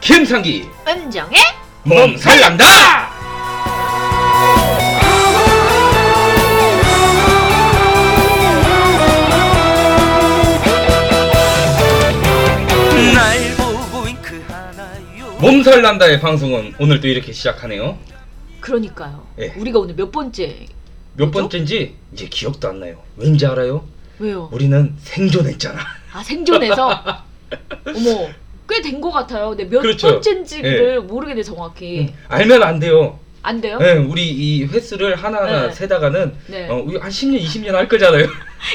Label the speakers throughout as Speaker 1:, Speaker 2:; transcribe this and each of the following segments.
Speaker 1: 창기
Speaker 2: 은정의
Speaker 1: 몸살난다
Speaker 3: 날 보고 윙크 그 하나요
Speaker 1: 몸살난다의 방송은 오늘도 이렇게 시작하네요
Speaker 2: 그러니까요.
Speaker 1: 예.
Speaker 2: 우리가 오늘 몇 번째
Speaker 1: 몇
Speaker 2: 뭐죠?
Speaker 1: 번째인지 이제 기억도 안 나요 왠지 알아요?
Speaker 2: 왜요?
Speaker 1: 우리는 생존했잖아
Speaker 2: 아 생존에서 어머 꽤 된 것 같아요. 근데 몇
Speaker 1: 그렇죠. 음.
Speaker 2: 번째인지를 모르겠네 정확히
Speaker 1: 알면 안 돼요
Speaker 2: 안 돼요?
Speaker 1: 네, 우리 이 횟수를 하나하나
Speaker 2: 네.
Speaker 1: 세다가는
Speaker 2: 네.
Speaker 1: 어, 우리 한 10년 20년 할 거잖아요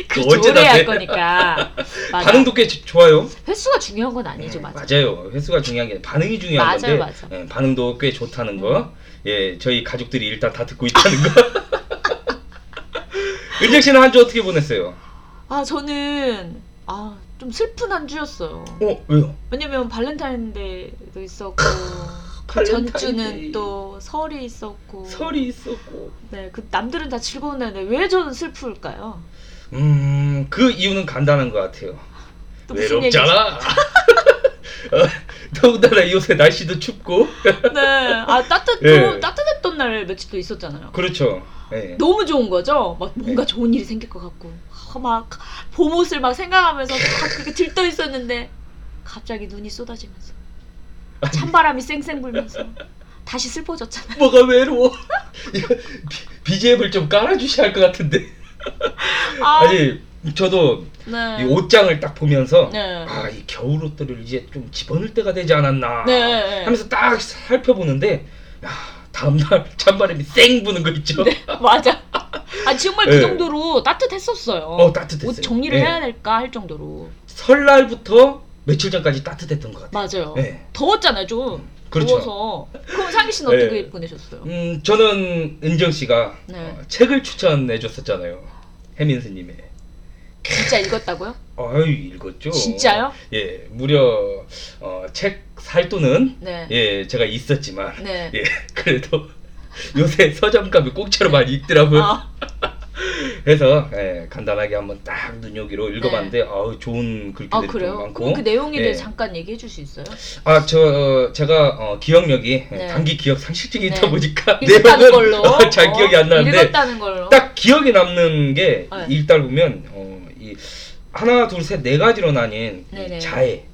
Speaker 2: 그
Speaker 1: 어쩌다
Speaker 2: 오래 할
Speaker 1: 돼.
Speaker 2: 거니까 맞아.
Speaker 1: 반응도 꽤 지- 좋아요
Speaker 2: 횟수가 중요한 건
Speaker 1: 음,
Speaker 2: 아니죠, 예, 맞아.
Speaker 1: 맞아요. 횟수가 중요한 게 아니라 반응이 중요한
Speaker 2: 맞아요, 네.
Speaker 1: 건데
Speaker 2: 맞아.
Speaker 1: 예, 반응도 꽤 좋다는 거. 예, 저희 가족들이 일단 다 듣고 있다는 거. 은정 씨는 한 주 어떻게 보냈어요?
Speaker 2: 아 저는 아 좀 슬픈 한 주였어요.
Speaker 1: 어 왜요?
Speaker 2: 왜냐면 발렌타인데이도 있었고 그
Speaker 1: 발렌타인데이.
Speaker 2: 전주는 또 설이 있었고
Speaker 1: 설이 있었고.
Speaker 2: 네, 그 남들은 다 즐거운 날인데 왜 저는 슬플까요?
Speaker 1: 음, 그 이유는 간단한 것 같아요.
Speaker 2: 또 무슨 얘기죠?
Speaker 1: 외롭잖아. 어, 더군다나 요새 날씨도 춥고.
Speaker 2: 네, 아 따뜻
Speaker 1: 예.
Speaker 2: 너무 따뜻했던 날 며칠 또 있었잖아요.
Speaker 1: 그렇죠. 예.
Speaker 2: 너무 좋은 거죠. 막 뭔가 좋은 일이 생길 것 같고 아, 막 봄옷을 막 생각하면서 막 그렇게 들떠 있었는데 갑자기 눈이 쏟아지면서 찬바람이 쌩쌩 불면서 다시 슬퍼졌잖아요.
Speaker 1: 뭐가 외로워? 이거 비- BGM을 좀 깔아주셔야 할 것 같은데.
Speaker 2: 아,
Speaker 1: 아니, 저도
Speaker 2: 네.
Speaker 1: 이 옷장을 딱 보면서
Speaker 2: 네.
Speaker 1: 아 이 겨울 옷들을 이제 좀 집어넣을 때가 되지 않았나
Speaker 2: 네.
Speaker 1: 하면서 딱 살펴보는데 야 다음날 찬바람이 쌩 부는 거 있죠
Speaker 2: 네. 맞아. 아 정말 그
Speaker 1: 예.
Speaker 2: 정도로 따뜻했었어요.
Speaker 1: 어 따뜻했어요
Speaker 2: 옷 정리를
Speaker 1: 네.
Speaker 2: 해야 될까 할 정도로
Speaker 1: 설날부터 며칠 전까지 따뜻했던 것 같아요
Speaker 2: 맞아요.
Speaker 1: 네.
Speaker 2: 더웠잖아요 좀
Speaker 1: 그렇죠
Speaker 2: 더워서 그럼 상기 씨는 어떻게
Speaker 1: 네.
Speaker 2: 보내셨어요?
Speaker 1: 음 저는 은정 씨가
Speaker 2: 네.
Speaker 1: 어, 책을 추천해 줬었잖아요 해민스님의
Speaker 2: 진짜 읽었다고요?
Speaker 1: 아유 읽었죠
Speaker 2: 진짜요?
Speaker 1: 예 무려 어, 책 살 돈은
Speaker 2: 네.
Speaker 1: 예 제가 있었지만
Speaker 2: 네.
Speaker 1: 예, 그래도 요새 서점 가면 공짜로 많이 읽더라고요.
Speaker 2: 아,
Speaker 1: 그래서 예, 간단하게 한번 딱 눈여기로 읽어봤는데 아우 좋은
Speaker 2: 네. 아,
Speaker 1: 글귀들이 좀
Speaker 2: 그래요?
Speaker 1: 많고
Speaker 2: 그럼 그 내용에
Speaker 1: 예.
Speaker 2: 대해 잠깐 얘기해 줄 수 있어요?
Speaker 1: 아저 어, 제가 어, 기억력이 예,
Speaker 2: 네.
Speaker 1: 단기 기억 상실증이
Speaker 2: 네.
Speaker 1: 있다 보니까
Speaker 2: 읽었다는 걸로
Speaker 1: 어, 잘 기억이 안 나는데
Speaker 2: 읽었다는 걸로
Speaker 1: 딱 기억에 남는 게
Speaker 2: 네.
Speaker 1: 읽다 보면 어, 이 하나 둘 셋 네 가지로 나뉜 이
Speaker 2: 네네.
Speaker 1: 자애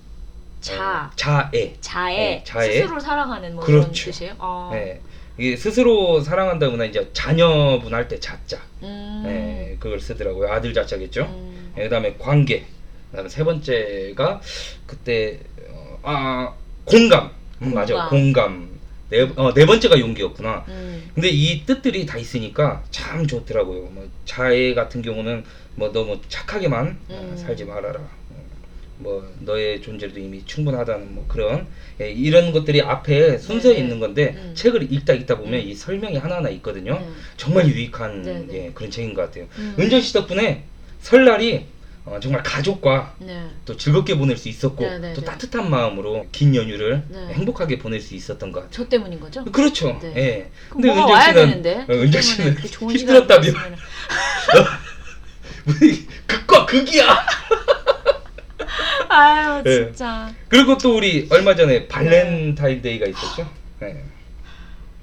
Speaker 2: 자
Speaker 1: 어, 자애
Speaker 2: 자애,
Speaker 1: 네, 자애.
Speaker 2: 스스로 사랑하는 뭐 이런
Speaker 1: 그렇죠.
Speaker 2: 뜻이에요? 어.
Speaker 1: 예, 이게 스스로 사랑한다거나 이제 자녀분 할 때 자자
Speaker 2: 음.
Speaker 1: 네, 그걸 쓰더라고요. 아들 자자겠죠.
Speaker 2: 음.
Speaker 1: 네, 그다음에 관계. 그다음에 세 번째가 그때 어, 아 공감. 음, 맞아
Speaker 2: 공감.
Speaker 1: 공감. 네, 어, 네 번째가 용기였구나.
Speaker 2: 음.
Speaker 1: 근데 이 뜻들이 다 있으니까 참 좋더라고요. 뭐 자애 같은 경우는 뭐 너무 착하게만 어,
Speaker 2: 음.
Speaker 1: 살지 말아라. 어, 뭐 너의 존재도 이미 충분하다는 뭐 그런 예, 이런 것들이 앞에 순서에
Speaker 2: 네, 네.
Speaker 1: 있는 건데
Speaker 2: 음.
Speaker 1: 책을 읽다 읽다 보면
Speaker 2: 음.
Speaker 1: 이 설명이 하나하나 있거든요.
Speaker 2: 음.
Speaker 1: 정말 유익한
Speaker 2: 네, 네.
Speaker 1: 예, 그런 책인 것 같아요.
Speaker 2: 음.
Speaker 1: 은정 씨 덕분에 설날이 어, 정말 가족과
Speaker 2: 네.
Speaker 1: 또 즐겁게 보낼 수 있었고
Speaker 2: 네, 네,
Speaker 1: 또
Speaker 2: 네.
Speaker 1: 따뜻한 마음으로 긴 연휴를
Speaker 2: 네.
Speaker 1: 행복하게 보낼 수 있었던 것 같아요.
Speaker 2: 저 때문인 거죠?
Speaker 1: 그렇죠.
Speaker 2: 네.
Speaker 1: 예.
Speaker 2: 그럼 뭐가 와야 되는데?
Speaker 1: 어, 은정
Speaker 2: 때문에
Speaker 1: 씨는
Speaker 2: 이렇게 좋은
Speaker 1: 힘들었다며.
Speaker 2: 시간을 보냈으면은.
Speaker 1: 극과 극이야.
Speaker 2: 아유
Speaker 1: 예.
Speaker 2: 진짜.
Speaker 1: 그리고 또 우리 얼마 전에
Speaker 2: 네.
Speaker 1: 발렌타인데이가 있었죠. 예.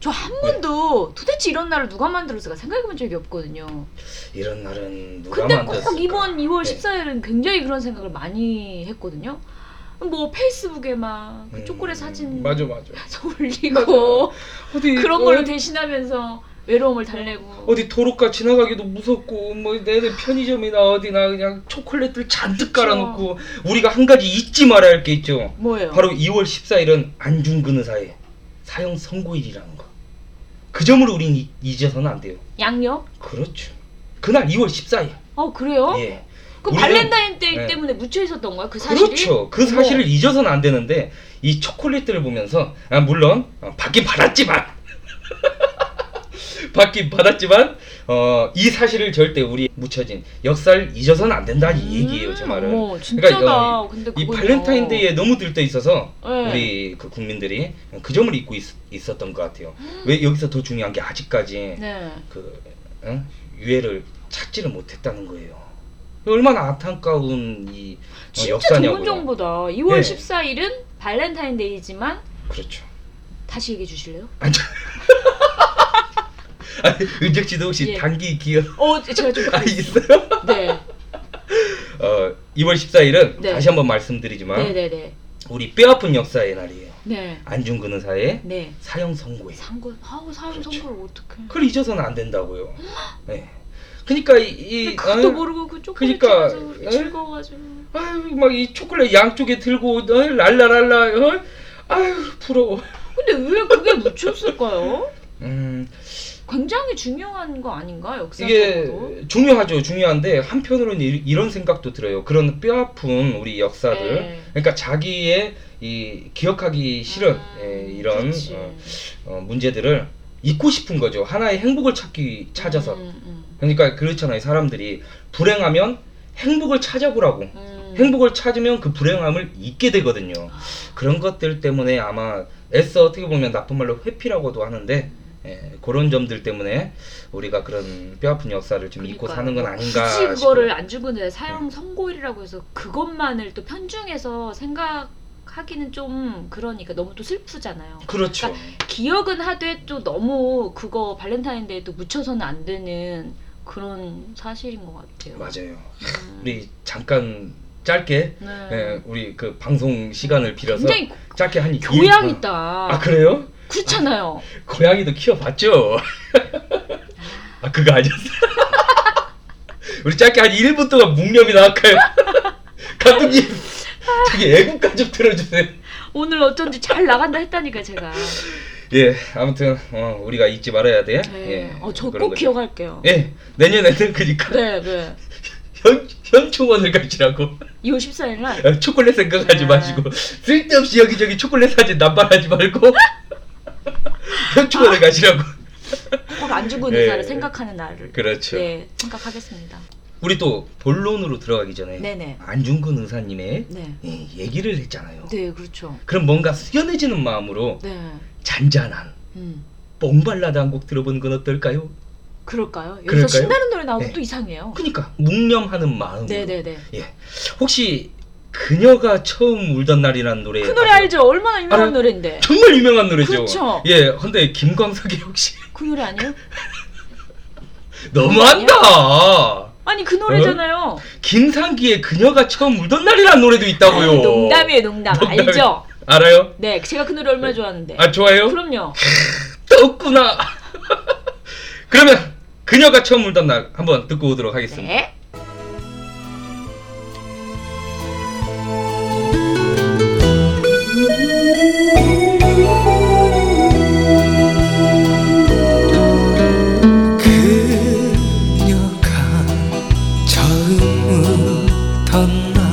Speaker 2: 저
Speaker 1: 네.
Speaker 2: 한 번도 도대체 이런 날을 누가 만들었을까 생각해 본 적이 없거든요.
Speaker 1: 이런 날은 누가
Speaker 2: 근데
Speaker 1: 만들었을까?
Speaker 2: 꼭 이번 2월
Speaker 1: 네.
Speaker 2: 14일은 굉장히 그런 생각을 많이 했거든요. 뭐 페이스북에 막그
Speaker 1: 음,
Speaker 2: 초콜릿 사진
Speaker 1: 맞아 맞아.
Speaker 2: 올리고
Speaker 1: 어디
Speaker 2: 그런 걸로
Speaker 1: 어,
Speaker 2: 대신하면서 외로움을 달래고
Speaker 1: 어디 도로가 지나가기도 무섭고 뭐 내내 편의점이나 어디나 그냥 초콜릿들 잔뜩 깔아놓고 우리가 한 가지 잊지 말아야 할 게 있죠.
Speaker 2: 뭐예요?
Speaker 1: 바로 2월 14일은 안중근의사의 사형 선고일이라는 거. 그 점을 우린 잊- 잊어서는 안 돼요.
Speaker 2: 양력?
Speaker 1: 그렇죠. 그날 2월 14일.
Speaker 2: 어 그래요?
Speaker 1: 예.
Speaker 2: 그
Speaker 1: 우리는-
Speaker 2: 발렌타인 데이
Speaker 1: 네.
Speaker 2: 때문에 묻혀 있었던 거야? 그 사실이?
Speaker 1: 그렇죠. 그
Speaker 2: 어머.
Speaker 1: 사실을 잊어서는 안 되는데 이 초콜릿들을 보면서 아, 물론 어, 받긴 받았지만 받긴 받았지만 어, 이 사실을 절대 우리 묻혀진 역사를 잊어서는 안 된다 이 얘기예요, 제
Speaker 2: 음,
Speaker 1: 말은.
Speaker 2: 어머, 진짜다.
Speaker 1: 그러니까
Speaker 2: 근데
Speaker 1: 이
Speaker 2: 그거요.
Speaker 1: 발렌타인데이에 너무 들떠 있어서
Speaker 2: 네.
Speaker 1: 우리 그 국민들이 그 점을 잊고 있, 있었던 것 같아요. 왜 여기서 더 중요한 게 아직까지
Speaker 2: 네.
Speaker 1: 그 응? 유해를 찾지를 못했다는 거예요. 얼마나 안타까운 이 어,
Speaker 2: 진짜
Speaker 1: 역사냐고요.
Speaker 2: 좋은 정보다. 2월
Speaker 1: 예.
Speaker 2: 14일은 발렌타인데이지만
Speaker 1: 그렇죠.
Speaker 2: 다시 얘기해 주실래요?
Speaker 1: 아니, 은정 씨도 혹시
Speaker 2: 예.
Speaker 1: 단기 기억
Speaker 2: 어, 제가 좀
Speaker 1: 아
Speaker 2: 그랬어요.
Speaker 1: 있어요?
Speaker 2: 네,
Speaker 1: 어, 2월 14일은
Speaker 2: 네.
Speaker 1: 다시 한번 말씀드리지만
Speaker 2: 네, 네, 네,
Speaker 1: 우리 뼈아픈 역사의 날이에요.
Speaker 2: 네,
Speaker 1: 안중 근은 사의
Speaker 2: 네.
Speaker 1: 사형 선고예요.
Speaker 2: 상고, 아우 사형
Speaker 1: 그렇죠.
Speaker 2: 선고를 어떻게?
Speaker 1: 그걸 잊어서는 안 된다고요. 네. 그러니까 이, 이
Speaker 2: 그것도
Speaker 1: 어,
Speaker 2: 모르고 그 초콜릿
Speaker 1: 그러니까,
Speaker 2: 집에서 그렇게
Speaker 1: 에?
Speaker 2: 즐거워가지고.
Speaker 1: 아유 막 이 초콜릿 양쪽에 들고 어, 랄라랄라 어? 아유 부러워.
Speaker 2: 근데 왜 그게 묻혔을까요?
Speaker 1: 음
Speaker 2: 굉장히 중요한 거 아닌가
Speaker 1: 이게
Speaker 2: 역사적으로?
Speaker 1: 중요하죠 중요한데 한편으로는 이, 이런 생각도 들어요. 그런 뼈아픈 우리 역사들.
Speaker 2: 네.
Speaker 1: 그러니까 자기의 이 기억하기 싫은
Speaker 2: 아,
Speaker 1: 예, 이런
Speaker 2: 그렇지.
Speaker 1: 어, 어, 문제들을 잊고 싶은 거죠. 하나의 행복을 찾기 찾아서.
Speaker 2: 음, 음,
Speaker 1: 그러니까 그렇잖아요. 사람들이 불행하면 행복을 찾아보라고.
Speaker 2: 음.
Speaker 1: 행복을 찾으면 그 불행함을 잊게 되거든요. 그런 것들 때문에 아마 애써 어떻게 보면 나쁜 말로 회피라고도 하는데 예, 그런 점들 때문에 우리가 그런 뼈아픈 역사를 좀 잊고
Speaker 2: 그러니까요. 뭐
Speaker 1: 사는 건 아닌가
Speaker 2: 굳이
Speaker 1: 싶어요. 음.
Speaker 2: 그거를 안 죽은 사형 선고일이라고 해서 그것만을 또 편중해서 생각하기는 좀 그러니까 너무 또 슬프잖아요.
Speaker 1: 그렇죠.
Speaker 2: 기억은 하되 또 너무 그거 발렌타인데이 또 묻혀서는 안 되는 그런 사실인 것 같아요.
Speaker 1: 맞아요.
Speaker 2: 음.
Speaker 1: 우리 잠깐 짧게
Speaker 2: 네.
Speaker 1: 예, 우리 그 방송 시간을 빌어서
Speaker 2: 굉장히
Speaker 1: 짧게 한
Speaker 2: 교양
Speaker 1: 일-
Speaker 2: 있다.
Speaker 1: 아 그래요?
Speaker 2: 그렇잖아요.
Speaker 1: 고양이도 키워봤죠. 아 그거 아니었어요. 우리 짧게 한 1분 동안 묵념이나 할까요? 감독님 저기 애국가 좀 들어주세요.
Speaker 2: 오늘 어쩐지 잘 나간다 했다니까 제가.
Speaker 1: 예 아무튼 어, 우리가 잊지 말아야 돼.
Speaker 2: 네.
Speaker 1: 예.
Speaker 2: 어, 저
Speaker 1: 그런
Speaker 2: 꼭
Speaker 1: 거죠.
Speaker 2: 기억할게요.
Speaker 1: 예 내년에는 그러니까
Speaker 2: 네, 네.
Speaker 1: 현 현충원을 가시라고 아,
Speaker 2: 2월 14일 날.
Speaker 1: 초콜릿 생각하지
Speaker 2: 네.
Speaker 1: 마시고 쓸데없이 여기저기 초콜릿 사진 남발하지 말고 현충원을 가시라고.
Speaker 2: 꼭안 죽은
Speaker 1: 네.
Speaker 2: 의사를 생각하는 날을.
Speaker 1: 그렇죠.
Speaker 2: 네, 생각하겠습니다.
Speaker 1: 우리 또 본론으로 들어가기 전에
Speaker 2: 네네.
Speaker 1: 안중근 의사님의
Speaker 2: 네.
Speaker 1: 예, 얘기를 했잖아요.
Speaker 2: 네, 그렇죠.
Speaker 1: 그럼 뭔가 숙연해지는 마음으로
Speaker 2: 네.
Speaker 1: 잔잔한
Speaker 2: 음.
Speaker 1: 뽕발라드 한 곡 들어보는 건 어떨까요?
Speaker 2: 그럴까요? 여기서
Speaker 1: 그럴까요?
Speaker 2: 신나는 노래 나오면
Speaker 1: 네.
Speaker 2: 또 이상해요.
Speaker 1: 그러니까 묵념하는 마음.
Speaker 2: 네, 네, 네.
Speaker 1: 예. 혹시 그녀가 처음 울던 날이라는 노래.
Speaker 2: 그 노래
Speaker 1: 아세요?
Speaker 2: 알죠? 얼마나 유명한
Speaker 1: 예, 알아요.
Speaker 2: 노래인데.
Speaker 1: 정말 유명한 노래죠.
Speaker 2: 그렇죠.
Speaker 1: 예. 근데 김광석이 혹시
Speaker 2: 그 노래 아니에요?
Speaker 1: 너무한다.
Speaker 2: 아니 그 노래잖아요.
Speaker 1: 김상기의 그녀가 처음 울던 날이라는 노래도 있다고요.
Speaker 2: 아, 농담이에요, 농담.
Speaker 1: 농담이에요.
Speaker 2: 알죠?
Speaker 1: 알아요?
Speaker 2: 네, 제가 그 노래 얼마나 좋아하는데.
Speaker 1: 아 좋아요?
Speaker 2: 그럼요.
Speaker 1: 떴구나. 그러면 그녀가 처음 울던 날 한번 듣고 오도록 하겠습니다.
Speaker 2: 네.
Speaker 3: 그녀가 처음 웃던 날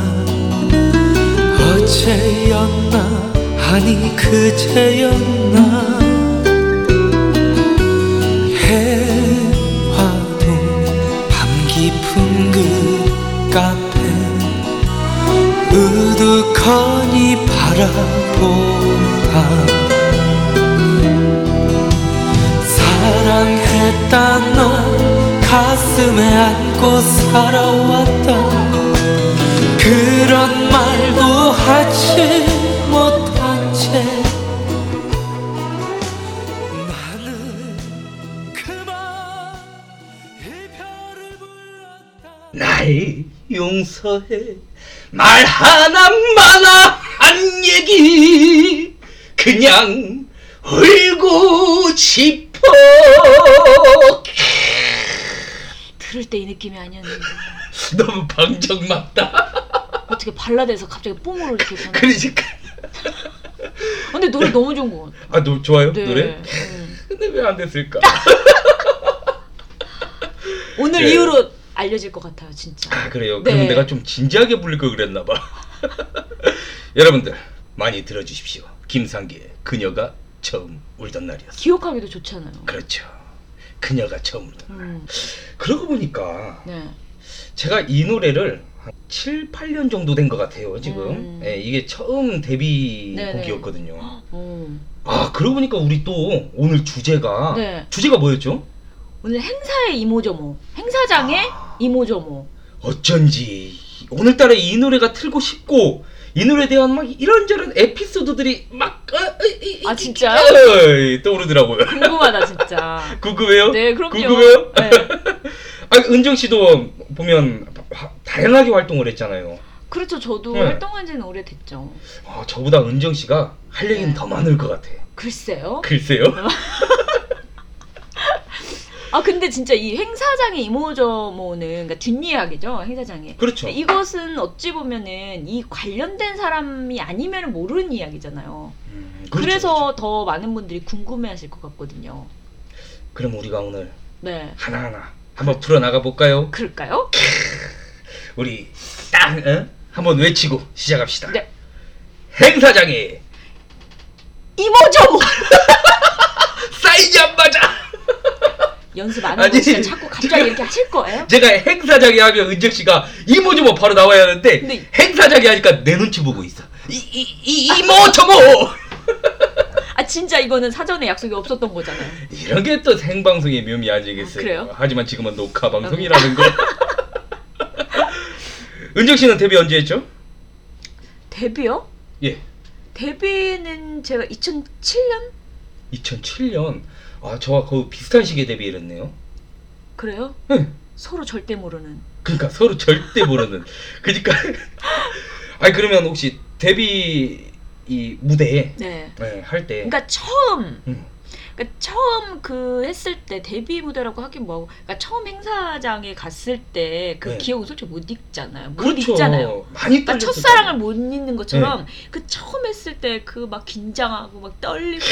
Speaker 3: 어제였나 아니 그제였나 해화도 밤 깊은 그 카페 우두커니 바라보다 사랑했다 널 가슴에 안고 살아왔다 그런 말도 하지 못한 채 나는 그만 이별을 불렀다
Speaker 1: 날 용서해 말 하나마나 한 얘기 그냥 울고 싶어
Speaker 2: 들을 때 이 느낌이 아니었는데
Speaker 1: 너무 방정 맞다
Speaker 2: 어떻게 발라드에서 갑자기 뽕으로 이렇게 변해.
Speaker 1: 그러니까
Speaker 2: 근데 노래 너무 좋은 것 같아.
Speaker 1: 아 노, 좋아요
Speaker 2: 네.
Speaker 1: 노래
Speaker 2: 음.
Speaker 1: 근데 왜 안 됐을까
Speaker 2: 오늘
Speaker 1: 네.
Speaker 2: 이후로 알려질 것 같아요, 진짜.
Speaker 1: 아 그래요
Speaker 2: 네.
Speaker 1: 그럼 내가 좀 진지하게 부를 걸 그랬나 봐 여러분들 많이 들어주십시오 김상기의 그녀가 처음 울던 날이었어
Speaker 2: 기억하기도 좋잖아요.
Speaker 1: 그렇죠 그녀가 처음 울던 날
Speaker 2: 음.
Speaker 1: 그러고 보니까
Speaker 2: 네.
Speaker 1: 제가 이 노래를 한 7, 8년 정도 된 것 같아요, 지금.
Speaker 2: 음.
Speaker 1: 예, 이게 처음 데뷔
Speaker 2: 네네.
Speaker 1: 곡이었거든요.
Speaker 2: 오.
Speaker 1: 아, 그러고 보니까 우리 또 오늘 주제가
Speaker 2: 네.
Speaker 1: 주제가 뭐였죠?
Speaker 2: 오늘 행사의 이모저모, 행사장의
Speaker 1: 아.
Speaker 2: 이모저모.
Speaker 1: 어쩐지 오늘따라 이 노래가 틀고 싶고 이 이 노래에 대한 막 이런저런 에피소드들이 막 아, 이, 이,
Speaker 2: 아,
Speaker 1: 이,
Speaker 2: 진짜요?
Speaker 1: 이, 떠오르더라고요.
Speaker 2: 궁금하다 진짜.
Speaker 1: 어? 궁금해요?
Speaker 2: 네, 그럼요.
Speaker 1: 궁금해요?
Speaker 2: 네.
Speaker 1: 아 은정 씨도 보면 화- 다양하게 활동을 했잖아요.
Speaker 2: 그렇죠. 저도
Speaker 1: 네.
Speaker 2: 활동한 지는 오래됐죠.
Speaker 1: 아, 저보다 은정 씨가 할 얘기는
Speaker 2: 네.
Speaker 1: 더 많을 것 같아.
Speaker 2: 글쎄요.
Speaker 1: 글쎄요.
Speaker 2: 아 근데 진짜 이 행사장의 이모저모는 그러니까 뒷이야기죠 행사장에.
Speaker 1: 그렇죠.
Speaker 2: 근데 이것은 어찌 보면은 이 관련된 사람이 아니면 모르는 이야기잖아요.
Speaker 1: 음,
Speaker 2: 그
Speaker 1: 그렇죠,
Speaker 2: 래서
Speaker 1: 그렇죠.
Speaker 2: 더 많은 분들이 궁금해하실 것 같거든요.
Speaker 1: 그렇죠. 그럼 우리가 오늘
Speaker 2: 네.
Speaker 1: 하나하나 한번 풀어 나가 볼까요?
Speaker 2: 그럴까요?
Speaker 1: 우리 딱 어? 한번 외치고 시작합시다.
Speaker 2: 네.
Speaker 1: 행사장에
Speaker 2: 이모저모
Speaker 1: 사인이 안 맞아.
Speaker 2: 연습 안
Speaker 1: 아니,
Speaker 2: 하고 진짜 자꾸 갑자기
Speaker 1: 제가-
Speaker 2: 이렇게 하실 거예요?
Speaker 1: 제가 행사장에 하면 은정 씨가 이모저모 바로 나와야 하는데
Speaker 2: 근데-
Speaker 1: 행사장에 하니까 내 눈치 보고 있어. 이 이 이 뭐, 이모저모.
Speaker 2: 아 진짜 이거는 사전에 약속이 없었던 거잖아요.
Speaker 1: 이런 게 또 생방송의 묘미 아니겠어요?
Speaker 2: 아, 그래요?
Speaker 1: 하지만 지금은 녹화 방송이라는 거. 은정 씨는 데뷔 언제 했죠?
Speaker 2: 데뷔요?
Speaker 1: 예,
Speaker 2: 데뷔는 제가 2007년
Speaker 1: 2007년. 아, 저와 거의 비슷한 시기에 데뷔를 했네요.
Speaker 2: 그래요?
Speaker 1: 응.
Speaker 2: 서로 절대 모르는.
Speaker 1: 그러니까 서로 절대 모르는. 그러니까. 아니 그러면 혹시 데뷔 이 무대에
Speaker 2: 네.
Speaker 1: 네, 할 때.
Speaker 2: 그러니까 처음
Speaker 1: 음.
Speaker 2: 그러니까 처음 그 했을 때 데뷔 무대라고 하긴 뭐하고 그러니까 처음 행사장에 갔을 때 그
Speaker 1: 네.
Speaker 2: 기억은 솔직히 못 잊잖아요. 못
Speaker 1: 그렇죠.
Speaker 2: 잊잖아요.
Speaker 1: 많이
Speaker 2: 그러니까
Speaker 1: 떨렸었잖아요.
Speaker 2: 첫사랑을 못 잊는 것처럼
Speaker 1: 네.
Speaker 2: 그 처음 했을 때 그 막 긴장하고 막 떨리고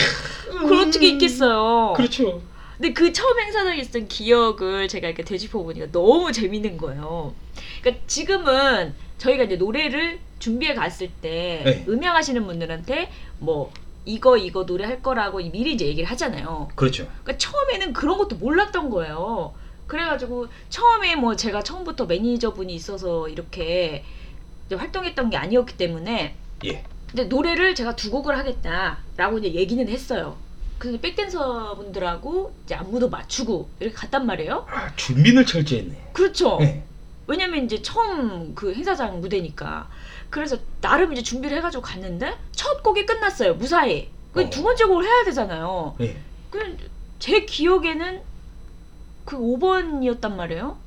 Speaker 1: 음.
Speaker 2: 그런 적이 있겠어요.
Speaker 1: 그렇죠.
Speaker 2: 근데 그 처음 행사장에 있던 기억을 제가 이렇게 되짚어 보니까 너무 재밌는 거예요. 그러니까 지금은 저희가 이제 노래를 준비해 갔을 때
Speaker 1: 네.
Speaker 2: 음향하시는 분들한테 뭐 이거 이거 노래 할 거라고 미리 이제 얘기를 하잖아요.
Speaker 1: 그렇죠.
Speaker 2: 그러니까 처음에는 그런 것도 몰랐던 거예요. 그래가지고 처음에 뭐 제가 처음부터 매니저분이 있어서 이렇게 이제 활동했던 게 아니었기 때문에
Speaker 1: 예.
Speaker 2: 근데 노래를 제가 두 곡을 하겠다라고 이제 얘기는 했어요. 그래서 백댄서 분들하고 이제 안무도 맞추고 이렇게 갔단 말이에요.
Speaker 1: 아, 준비를 철저했네.
Speaker 2: 그렇죠.
Speaker 1: 네.
Speaker 2: 왜냐면 이제 처음 그 행사장 무대니까. 그래서 나름 이제 준비를 해가지고 갔는데 첫 곡이 끝났어요. 무사히.
Speaker 1: 어.
Speaker 2: 그 두 번째 곡을 해야 되잖아요.
Speaker 1: 네.
Speaker 2: 그 제 기억에는 그 5번이었단 말이에요.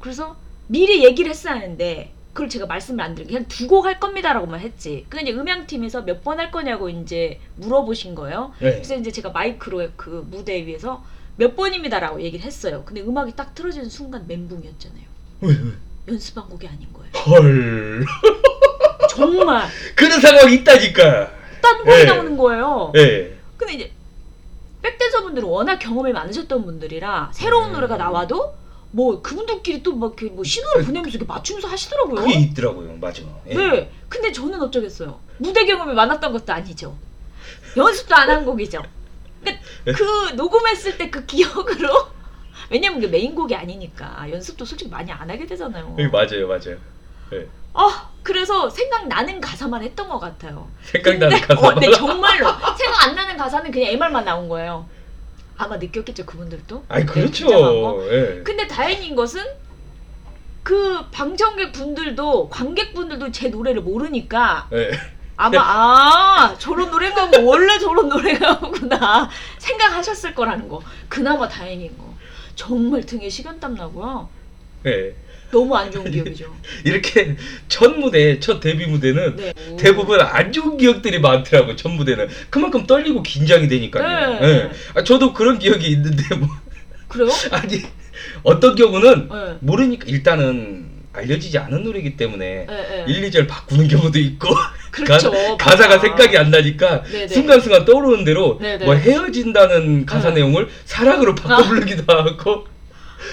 Speaker 2: 그래서 미리 얘기를 했어야 하는데 그걸 제가 말씀을 안 드리고 그냥 두 곡 할 겁니다라고만 했지. 근데 이제 음향팀에서 몇 번 할 거냐고 이제 물어보신 거예요.
Speaker 1: 네.
Speaker 2: 그래서 이제 제가 마이크로 그 무대 위에서 몇 번입니다라고 얘기를 했어요. 근데 음악이 딱 틀어지는 순간 멘붕이었잖아요.
Speaker 1: 왜, 왜?
Speaker 2: 연습한 곡이 아닌 거예요.
Speaker 1: 헐.
Speaker 2: 정말
Speaker 1: 그런 상황이 있다니까.
Speaker 2: 딴 곡이
Speaker 1: 예.
Speaker 2: 나오는 거예요.
Speaker 1: 예.
Speaker 2: 근데 이제 백댄서분들은 워낙 경험이 많으셨던 분들이라 새로운
Speaker 1: 음.
Speaker 2: 노래가 나와도 뭐 그분들끼리 또 막 이렇게 뭐 신호를 보내면서 이렇게 맞추면서 하시더라고요.
Speaker 1: 그게 있더라고요. 맞아. 예.
Speaker 2: 어? 네. 근데 저는 어쩌겠어요. 무대 경험이 많았던 것도 아니죠. 연습도 안 한 곡이죠. 그러니까
Speaker 1: 네.
Speaker 2: 그 녹음했을 때 그 기억으로 왜냐면 이게 메인곡이 아니니까 연습도 솔직히 많이 안 하게 되잖아요.
Speaker 1: 예, 맞아요. 맞아요.
Speaker 2: 아 그래서 생각나는 가사만 했던 것 같아요.
Speaker 1: 생각나는 가사.
Speaker 2: 어, 네, 정말로 생각 안 나는 가사는 그냥 MR만 나온 거예요. 아마 느꼈겠죠 그분들도.
Speaker 1: 아니
Speaker 2: 내가 긴장한 거.
Speaker 1: 그렇죠. 예.
Speaker 2: 근데 다행인 것은 그 방청객 분들도 관객 분들도 제 노래를 모르니까
Speaker 1: 예.
Speaker 2: 아마 아 저런 노래가 뭐 원래 저런 노래가구나 생각하셨을 거라는 거. 그나마 다행인 거. 정말 등에 식은땀 나고요.
Speaker 1: 예.
Speaker 2: 너무 안 좋은 기억이죠.
Speaker 1: 이렇게 첫 무대, 첫 데뷔 무대는
Speaker 2: 네.
Speaker 1: 대부분 안 좋은 기억들이 많더라고. 첫 무대는 그만큼 떨리고 긴장이 되니까요.
Speaker 2: 네.
Speaker 1: 예. 아, 저도 그런 기억이 있는데 뭐
Speaker 2: 그래요?
Speaker 1: 아니 어떤 경우는
Speaker 2: 예.
Speaker 1: 모르니까 일단은 알려지지 않은 노래이기 때문에
Speaker 2: 예, 예.
Speaker 1: 일, 이절 바꾸는 경우도 있고
Speaker 2: 그렇죠.
Speaker 1: 가, 사가
Speaker 2: 맞아.
Speaker 1: 생각이 안 나니까
Speaker 2: 네네.
Speaker 1: 순간순간 떠오르는 대로
Speaker 2: 네네.
Speaker 1: 뭐 헤어진다는 가사
Speaker 2: 네.
Speaker 1: 내용을 사랑으로 바꿔
Speaker 2: 아.
Speaker 1: 부르기도 하고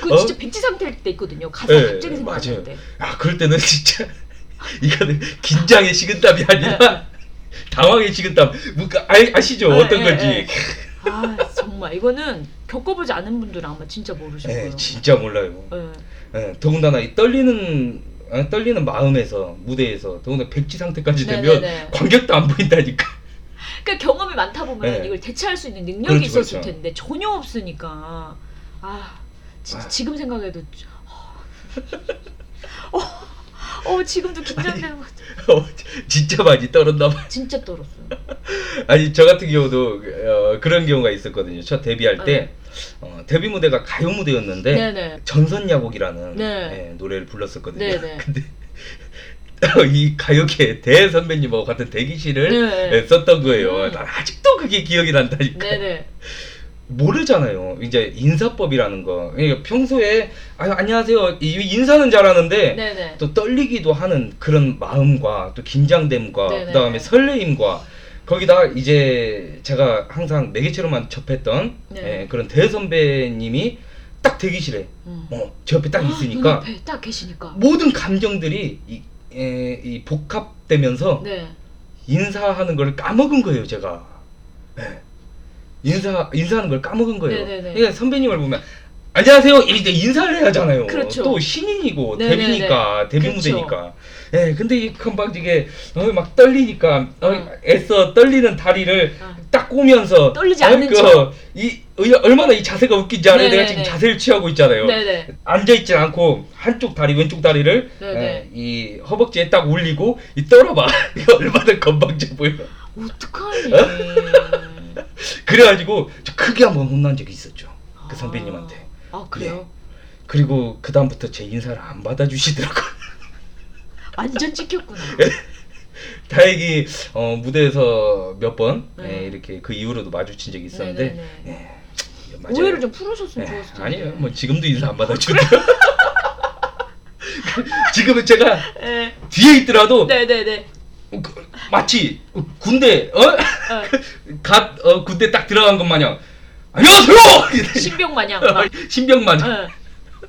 Speaker 2: 그거 진짜
Speaker 1: 어?
Speaker 2: 백지 상태일 때 있거든요. 가사
Speaker 1: 예,
Speaker 2: 갑자기
Speaker 1: 맞아요.
Speaker 2: 생각날 때.
Speaker 1: 아 그럴 때는 진짜 이거는 긴장의 식은땀이 아니라 당황의 식은땀 뭔가 아, 아시죠
Speaker 2: 네,
Speaker 1: 어떤
Speaker 2: 네,
Speaker 1: 건지
Speaker 2: 네. 아 정말 이거는 겪어보지 않은 분들은 아마 진짜 모르실
Speaker 1: 네,
Speaker 2: 거예요.
Speaker 1: 진짜 몰라요
Speaker 2: 예.
Speaker 1: 네, 더군다나 이 떨리는 아, 떨리는 마음에서 무대에서 더군다나 백지 상태까지
Speaker 2: 네,
Speaker 1: 되면
Speaker 2: 네, 네.
Speaker 1: 관객도 안 보인다니까
Speaker 2: 그러니까 경험이 많다 보면
Speaker 1: 네.
Speaker 2: 이걸 대체할 수 있는 능력이
Speaker 1: 그렇죠,
Speaker 2: 있었을
Speaker 1: 그렇죠.
Speaker 2: 텐데 전혀 없으니까 아 지,
Speaker 1: 아.
Speaker 2: 지금 생각해도 어, 어 지금도 긴장되는 것 같아.
Speaker 1: 어, 진짜 많이 떨었나 봐.
Speaker 2: 진짜 떨었어요.
Speaker 1: 아니 저 같은 경우도 어, 그런 경우가 있었거든요. 저 데뷔할 때 어, 데뷔 무대가 가요 무대였는데
Speaker 2: 네. 네네.
Speaker 1: 전선야곡이라는
Speaker 2: 네.
Speaker 1: 예, 노래를 불렀었거든요.
Speaker 2: 네네.
Speaker 1: 근데 이 가요계 대 선배님하고 같은 대기실을
Speaker 2: 네.
Speaker 1: 예, 썼던 거예요.
Speaker 2: 음.
Speaker 1: 난 아직도 그게 기억이 난다니까.
Speaker 2: 네네.
Speaker 1: 모르잖아요. 이제 인사법이라는 거. 그러니까 평소에 아유, 안녕하세요. 이- 인사는 잘하는데
Speaker 2: 네네.
Speaker 1: 또 떨리기도 하는 그런 마음과 또 긴장됨과
Speaker 2: 네네.
Speaker 1: 그다음에 설레임과 거기다 이제 제가 항상 매개체로만 접했던
Speaker 2: 네.
Speaker 1: 예, 그런 대선배님이 딱 대기실에
Speaker 2: 음.
Speaker 1: 어, 제 옆에 딱
Speaker 2: 눈
Speaker 1: 있으니까 뭐?
Speaker 2: 앞에 딱 계시니까.
Speaker 1: 모든 감정들이 이, 에, 이 복합되면서
Speaker 2: 네.
Speaker 1: 인사하는 걸 까먹은 거예요 제가 예. 인사 인사하는 걸 까먹은 거예요
Speaker 2: 네네네.
Speaker 1: 그러니까 선배님을 보면 안녕하세요 이제 인사를 해야 하잖아요
Speaker 2: 그렇죠.
Speaker 1: 또 신인이고
Speaker 2: 네네네.
Speaker 1: 데뷔니까 데뷔
Speaker 2: 그렇죠.
Speaker 1: 무대니까 예 근데 이 금방 이게 어, 막 떨리니까 어,
Speaker 2: 음.
Speaker 1: 애써 떨리는 다리를
Speaker 2: 아.
Speaker 1: 딱 꼬면서
Speaker 2: 떨리지 않는
Speaker 1: 아이고,
Speaker 2: 척.
Speaker 1: 이 이- 얼마나 이 자세가 웃긴지 알아요 내가 지금
Speaker 2: 네네네.
Speaker 1: 자세를 취하고 있잖아요
Speaker 2: 네네.
Speaker 1: 앉아있진 않고 한쪽 다리 왼쪽 다리를
Speaker 2: 네네.
Speaker 1: 예, 이 허벅지에 딱 올리고 이 떨어봐 이거 얼마나 건방져 보여
Speaker 2: 어떡하니?
Speaker 1: 그래가지고 저 크게 한 번 혼난 적이 있었죠 그 선배님한테
Speaker 2: 아 그래요?
Speaker 1: 그리고 그 다음부터 제 인사를 안 받아주시더라고요 네.
Speaker 2: 완전 찍혔구나.
Speaker 1: 다행히 어, 무대에서 몇 번
Speaker 2: 네.
Speaker 1: 이렇게 그 이후로도 마주친 적이 있었는데
Speaker 2: 네네네.
Speaker 1: 예, 맞아요.
Speaker 2: 오해를 좀 네. 풀으셨으면
Speaker 1: 예,
Speaker 2: 좋았을 텐데.
Speaker 1: 아니에요 뭐 지금도 인사 안 받아주고 지금은 제가
Speaker 2: 네.
Speaker 1: 뒤에 있더라도
Speaker 2: 네네네.
Speaker 1: 그, 마치 군대 어? 갓 어, 군대 딱 들어간 것 마냥 안녕하세요
Speaker 2: 신병 마냥. 막.
Speaker 1: 신병 마냥
Speaker 2: 예.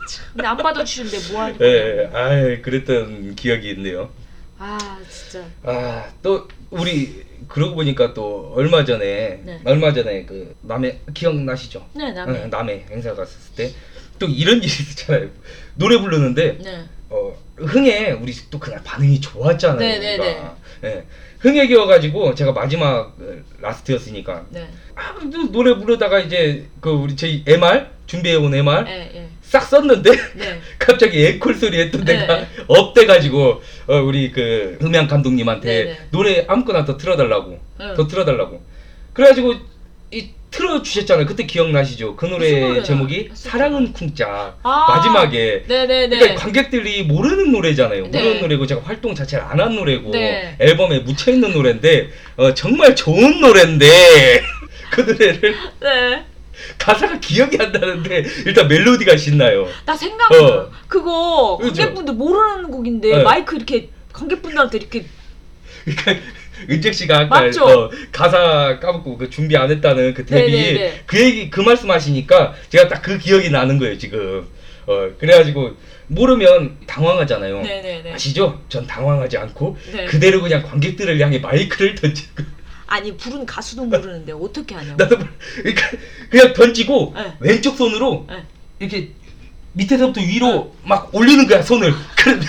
Speaker 2: 참, 근데 안 받아주시는데 뭐 하는 거예요?
Speaker 1: 예, 아 그랬던 기억이 있네요.
Speaker 2: 아 진짜.
Speaker 1: 아 또 우리 그러고 보니까 또 얼마 전에
Speaker 2: 네.
Speaker 1: 얼마 전에 그 남해 기억나시죠?
Speaker 2: 네
Speaker 1: 예,
Speaker 2: 남의.
Speaker 1: 남해 행사 갔을 때 또 이런 일이 있었잖아요. 노래 부르는데
Speaker 2: 네.
Speaker 1: 어, 흥에 우리 또 그날 반응이 좋았잖아요.
Speaker 2: 네, 네,
Speaker 1: 우리가. 예. 흥에 기어가지고 제가 마지막 어, 라스트였으니까
Speaker 2: 네.
Speaker 1: 아, 또 노래 부르다가 이제 그 우리 저희 MR 준비해온 MR
Speaker 2: 예 예.
Speaker 1: 싹 썼는데
Speaker 2: 네.
Speaker 1: 갑자기 에콜 소리 했던
Speaker 2: 네,
Speaker 1: 데가
Speaker 2: 네.
Speaker 1: 업돼가지고 어, 우리 그 음향 감독님한테
Speaker 2: 네, 네.
Speaker 1: 노래 아무거나 더 틀어달라고
Speaker 2: 응.
Speaker 1: 더 틀어달라고 그래가지고 이 틀어주셨잖아요 그때 기억나시죠 그
Speaker 2: 무슨
Speaker 1: 노래
Speaker 2: 노래야?
Speaker 1: 제목이
Speaker 2: 했었죠.
Speaker 1: 사랑은 쿵짝
Speaker 2: 아.
Speaker 1: 마지막에
Speaker 2: 네네네.
Speaker 1: 그러니까 관객들이 모르는 노래잖아요. 모르는
Speaker 2: 네.
Speaker 1: 노래고 제가 활동 자체를 안 한 노래고
Speaker 2: 네.
Speaker 1: 앨범에 묻혀 있는 노래인데 어, 정말 좋은 노래인데 그 노래를
Speaker 2: 네.
Speaker 1: 가사가 기억이 안 나는데 일단 멜로디가 신나요.
Speaker 2: 나 생각나.
Speaker 1: 어.
Speaker 2: 그거
Speaker 1: 그죠?
Speaker 2: 관객분들 모르는 곡인데
Speaker 1: 네.
Speaker 2: 마이크 이렇게 관객분들한테 이렇게
Speaker 1: 그러니까 은택 씨가 아까
Speaker 2: 맞죠?
Speaker 1: 어, 가사 까먹고 그 준비 안 했다는 그 데뷔
Speaker 2: 네, 네, 네.
Speaker 1: 그 얘기 그 말씀하시니까 제가 딱 그 기억이 나는 거예요 지금. 어, 그래가지고 모르면 어. 당황하잖아요.
Speaker 2: 네네네.
Speaker 1: 아시죠? 전 당황하지 않고
Speaker 2: 네.
Speaker 1: 그대로 그냥 관객들을 향해 마이크를 던지고
Speaker 2: 아니 부른 가수도 모르는데 어떻게 하냐고.
Speaker 1: 나도 몰라. 그러니까 그냥 던지고
Speaker 2: 네.
Speaker 1: 왼쪽 손으로
Speaker 2: 네.
Speaker 1: 이렇게 밑에서부터 위로 막 올리는 거야 손을 그러면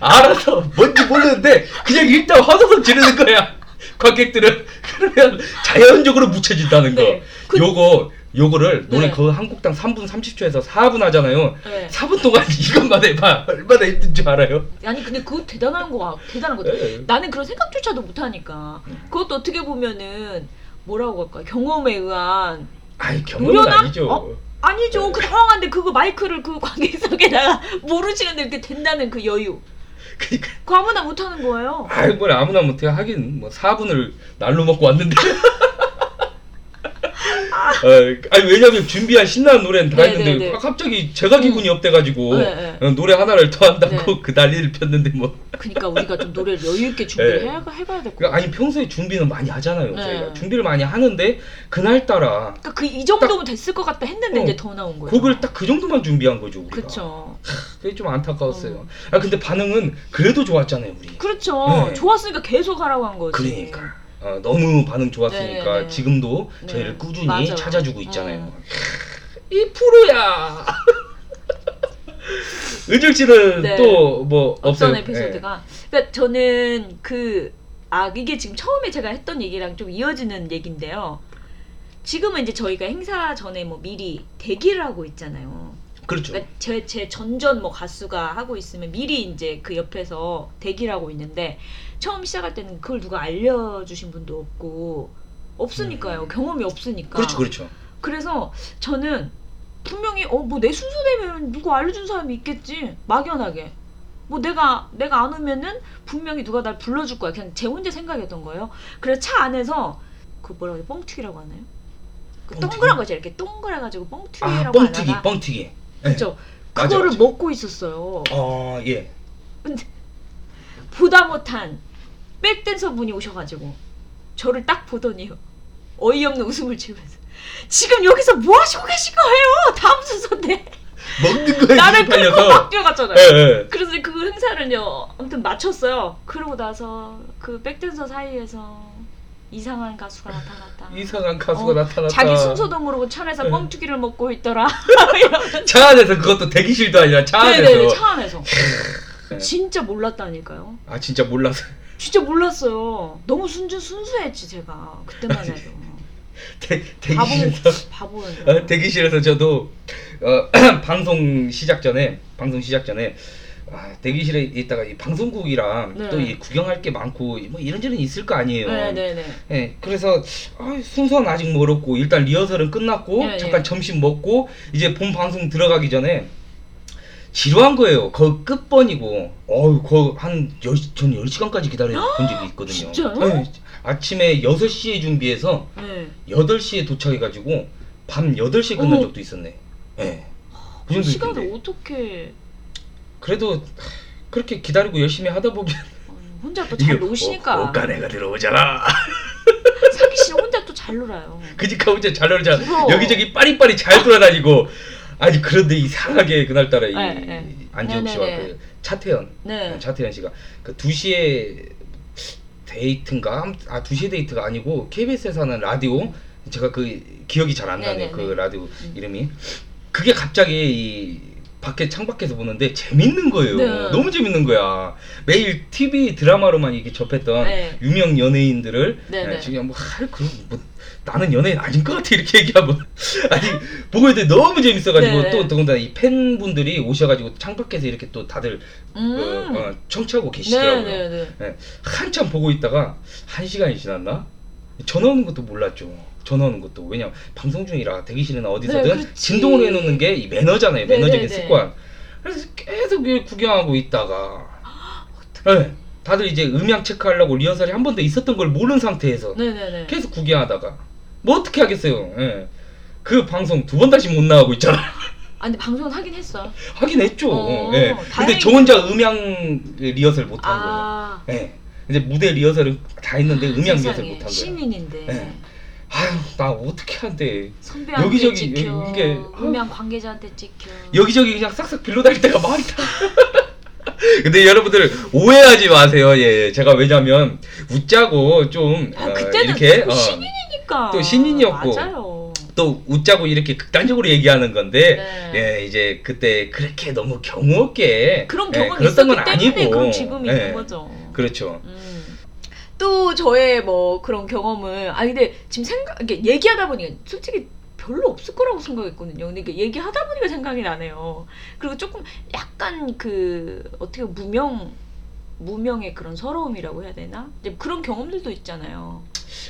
Speaker 1: 알아서 뭔지 모르는데 그냥 일단 화소성 지르는 거야 관객들은 그러면 자연적으로 묻혀진다는 거
Speaker 2: 네. 그-
Speaker 1: 요거 요거를 노래
Speaker 2: 네.
Speaker 1: 그 한 곡당 3분 30초에서 4분 하잖아요
Speaker 2: 네.
Speaker 1: 4분 동안 이것만 해봐 얼마나 힘든 줄 알아요
Speaker 2: 아니 근데 그거 대단한 거 대단한 거 같아.
Speaker 1: 네.
Speaker 2: 나는 그런 생각조차도 못 하니까. 그것도 어떻게 보면은 뭐라고 할까? 경험에 의한
Speaker 1: 아이 경험은
Speaker 2: 노련함?
Speaker 1: 아니죠 네.
Speaker 2: 어? 아니죠. 그 당황한데 그거 마이크를 그 관객석에다가 모르시는데 이렇게 된다는 그 여유.
Speaker 1: 그러니까
Speaker 2: 그거 아무나 못 하는 거예요.
Speaker 1: 아이 뭘 아무나 못해 하긴 뭐 4분을 날로 먹고 왔는데 어, 아니 왜냐면 준비한 신나는 노래는 다
Speaker 2: 네네네. 음.
Speaker 1: 했는데 갑자기 제가 기분이 업돼가지고
Speaker 2: 네,
Speaker 1: 어, 노래 하나를 더 한다고
Speaker 2: 네.
Speaker 1: 그 난리를 폈는데 뭐
Speaker 2: 그러니까 우리가 좀 노래를 여유 있게 준비를
Speaker 1: 네.
Speaker 2: 해야, 해봐야 될 것
Speaker 1: 그러니까
Speaker 2: 같아.
Speaker 1: 아니 평소에 준비는 많이 하잖아요
Speaker 2: 네.
Speaker 1: 저희가 준비를 많이 하는데 그날 따라
Speaker 2: 그러니까 그 이 정도면 됐을 것 같다 했는데
Speaker 1: 어.
Speaker 2: 이제 더 나온 거예요.
Speaker 1: 곡을 딱 그러니까. 그 정도만 준비한 거죠 우리가
Speaker 2: 그렇죠.
Speaker 1: 게좀 안타까웠어요
Speaker 2: 음.
Speaker 1: 아 근데 반응은 그래도 좋았잖아요 우리
Speaker 2: 그렇죠.
Speaker 1: 네.
Speaker 2: 좋았으니까 계속 하라고 한 거지.
Speaker 1: 그러니까 어, 너무 반응 좋았으니까
Speaker 2: 네, 네.
Speaker 1: 지금도
Speaker 2: 네.
Speaker 1: 저희를 꾸준히
Speaker 2: 맞아요.
Speaker 1: 찾아주고 있잖아요.
Speaker 2: 어.
Speaker 1: 이 프로야. 은정 씨는
Speaker 2: 네.
Speaker 1: 또 뭐 없어요?
Speaker 2: 어떤 에피소드가. 그러니까 저는 그 아 이게 지금 처음에 제가 했던 얘기랑 좀 이어지는 얘긴데요. 지금은 이제 저희가 행사 전에 뭐 미리 대기를 하고 있잖아요.
Speaker 1: 그렇죠.
Speaker 2: 그러니까 제, 제 전전 뭐 가수가 하고 있으면 미리 이제 그 옆에서 대기를 하고 있는데 처음 시작할 때는 그걸 누가 알려주신 분도 없고 없으니까요.
Speaker 1: 음.
Speaker 2: 경험이 없으니까.
Speaker 1: 그렇죠, 그렇죠.
Speaker 2: 그래서 저는 분명히 어 뭐 내 순서 되면 누구 알려준 사람이 있겠지 막연하게 뭐 내가 내가 안 오면은 분명히 누가 날 불러줄 거야 그냥 제 혼자 생각이었던 거예요 그래서 차 안에서 그 뭐라고 하지 뻥튀기라고 하나요? 그
Speaker 1: 뻥튀기?
Speaker 2: 동그란 거죠 이렇게 동그래가지고 뻥튀기라고
Speaker 1: 아, 뻥튀기,
Speaker 2: 하나
Speaker 1: 뻥튀기.
Speaker 2: 그죠
Speaker 1: 맞아,
Speaker 2: 그거를
Speaker 1: 맞아.
Speaker 2: 먹고 있었어요
Speaker 1: 어, 예.
Speaker 2: 근데 보다 못한 백댄서 분이 오셔가지고 저를 딱 보더니 어이없는 웃음을 지으면서 지금 여기서 뭐 하시고 계신 거예요? 다음 순서인데
Speaker 1: 먹는 거에
Speaker 2: 나를 끌고 막
Speaker 1: 네, 팔려서.
Speaker 2: 뛰어갔잖아요.
Speaker 1: 예, 예.
Speaker 2: 그래서 그 행사를요 아무튼 마쳤어요. 그러고 나서 그 백댄서 사이에서 이상한 가수가 나타났다.
Speaker 1: 이상한 가수가
Speaker 2: 어,
Speaker 1: 나타났다.
Speaker 2: 자기 순서도 모르고 차에서
Speaker 1: 네.
Speaker 2: 뻥튀기를 먹고 있더라.
Speaker 1: 차 안에서 그것도 대기실도 아니라 차 안에서.
Speaker 2: 네네네 차 안에서
Speaker 1: 네.
Speaker 2: 진짜 몰랐다니까요.
Speaker 1: 아 진짜 몰라서
Speaker 2: 진짜 몰랐어요. 너무 순수 순수했지 제가 그때만 해도
Speaker 1: 대,
Speaker 2: 바보
Speaker 1: 대기실에서
Speaker 2: 바보였나.
Speaker 1: 어, 대기실에서 저도 어, 방송 시작 전에 방송 시작 전에 아, 대기실에 있다가 이 방송국이랑
Speaker 2: 네.
Speaker 1: 또이 구경할 게 많고 뭐 이런저런 있을 거 아니에요.
Speaker 2: 네네네.
Speaker 1: 예, 그래서 아, 순서는 아직 멀었고 일단 리허설은 끝났고
Speaker 2: 예,
Speaker 1: 잠깐
Speaker 2: 예.
Speaker 1: 점심 먹고 이제 본 방송 들어가기 전에 지루한 거예요. 거 끝번이고 어우 거한열전 10시간까지 기다려 본 적이 있거든요.
Speaker 2: 진짜요?
Speaker 1: 예, 아침에 6시에 준비해서
Speaker 2: 네.
Speaker 1: 8시에 도착해 가지고 밤 8시에 끝난
Speaker 2: 어머.
Speaker 1: 적도 있었네. 예. 그
Speaker 2: 그
Speaker 1: 정도
Speaker 2: 시간을
Speaker 1: 있던데.
Speaker 2: 어떻게
Speaker 1: 그래도 하, 그렇게 기다리고 열심히 하다 보면
Speaker 2: 아니, 혼자 또 잘
Speaker 1: 어,
Speaker 2: 노시니까
Speaker 1: 옷가네가 들어오잖아.
Speaker 2: 사기 씨는 혼자 또 잘 놀아요.
Speaker 1: 그니까 혼자 잘 놀자
Speaker 2: 부러워.
Speaker 1: 여기저기 빠리빠리 잘 돌아다니고 아니 그런데 이상하게 그날따라 이
Speaker 2: 네, 네.
Speaker 1: 안지혁
Speaker 2: 네,
Speaker 1: 씨와
Speaker 2: 네, 네.
Speaker 1: 그 차태현
Speaker 2: 네.
Speaker 1: 차태현 씨가 그 2시에 데이트인가 아 2시에 데이트가 아니고 KBS에서 하는 라디오 제가 그 기억이 잘 안
Speaker 2: 네,
Speaker 1: 나네요
Speaker 2: 네,
Speaker 1: 그
Speaker 2: 네.
Speaker 1: 라디오 이름이 그게 갑자기 이 밖에 창밖에서 보는데 재밌는 거예요
Speaker 2: 네.
Speaker 1: 너무 재밌는 거야 매일 TV 드라마로만 이게 접했던
Speaker 2: 네.
Speaker 1: 유명 연예인들을
Speaker 2: 네, 네.
Speaker 1: 예, 지금 뭐할 그런 뭐 나는 연예인 아닌 것 같아 이렇게 얘기하고 아니 보고 있는데 너무 재밌어가지고
Speaker 2: 네.
Speaker 1: 또 더군다나 이 팬분들이 오셔가지고 창밖에서 이렇게 또 다들 어,
Speaker 2: 음.
Speaker 1: 어, 청취하고 계시더라고요.
Speaker 2: 네네네.
Speaker 1: 예, 한참 보고 있다가 한 시간이 지났나 전화 오는 것도 몰랐죠. 전화 오는 것도 왜냐 면 방송 중이라 대기실이나
Speaker 2: 네,
Speaker 1: 어디서든
Speaker 2: 그렇지.
Speaker 1: 진동으로 해놓는 게 이 매너잖아요.
Speaker 2: 네,
Speaker 1: 매너적인
Speaker 2: 네, 네.
Speaker 1: 습관. 그래서 계속 이걸 구경하고 있다가 예, 다들 이제 음향 체크하려고 리허설이 한 번도 있었던 걸 모르는 상태에서
Speaker 2: 네네네.
Speaker 1: 계속 구경하다가 뭐 어떻게 하겠어요. 예. 그 방송 두 번 다시 못 나가고 있잖아.
Speaker 2: 아 근데 방송은 하긴 했어. 요
Speaker 1: 하긴 했죠.
Speaker 2: 어,
Speaker 1: 예. 근데
Speaker 2: 다행이다.
Speaker 1: 저 혼자 음향 리허설 못 한 거예요.
Speaker 2: 아.
Speaker 1: 예. 이제 무대 리허설은 다 했는데 음향 리허설
Speaker 2: 세상에,
Speaker 1: 못 한 거예요.
Speaker 2: 신인인데
Speaker 1: 네. 아휴, 나 어떻게 한대.
Speaker 2: 선배한테
Speaker 1: 여기저기
Speaker 2: 찍혀.
Speaker 1: 이게- 어?
Speaker 2: 음향 관계자한테 찍혀.
Speaker 1: 여기저기 그냥 싹싹 빌로 다닐 때가 많다. 근데 여러분들 오해하지 마세요. 예, 예. 제가 왜냐면 웃자고 좀
Speaker 2: 아,
Speaker 1: 어,
Speaker 2: 그때는
Speaker 1: 이렇게
Speaker 2: 또
Speaker 1: 어,
Speaker 2: 신인이니까.
Speaker 1: 또 신인이었고.
Speaker 2: 맞아요.
Speaker 1: 또 웃자고 이렇게 극단적으로 얘기하는 건데
Speaker 2: 네.
Speaker 1: 예, 이제 그때 그렇게 너무 경우 없게
Speaker 2: 그런
Speaker 1: 예,
Speaker 2: 경험이
Speaker 1: 그랬던
Speaker 2: 있었기 때문에 그럼 지금
Speaker 1: 예,
Speaker 2: 있는 거죠.
Speaker 1: 그렇죠.
Speaker 2: 음. 또 저의 뭐 그런 경험은 아 근데 지금 생각 이게 얘기하다 보니까 솔직히 별로 없을 거라고 생각했거든요. 근데 이게 얘기하다 보니까 생각이 나네요. 그리고 조금 약간 그 어떻게 보면 무명 무명의 그런 서러움이라고 해야 되나? 이제 그런 경험들도 있잖아요.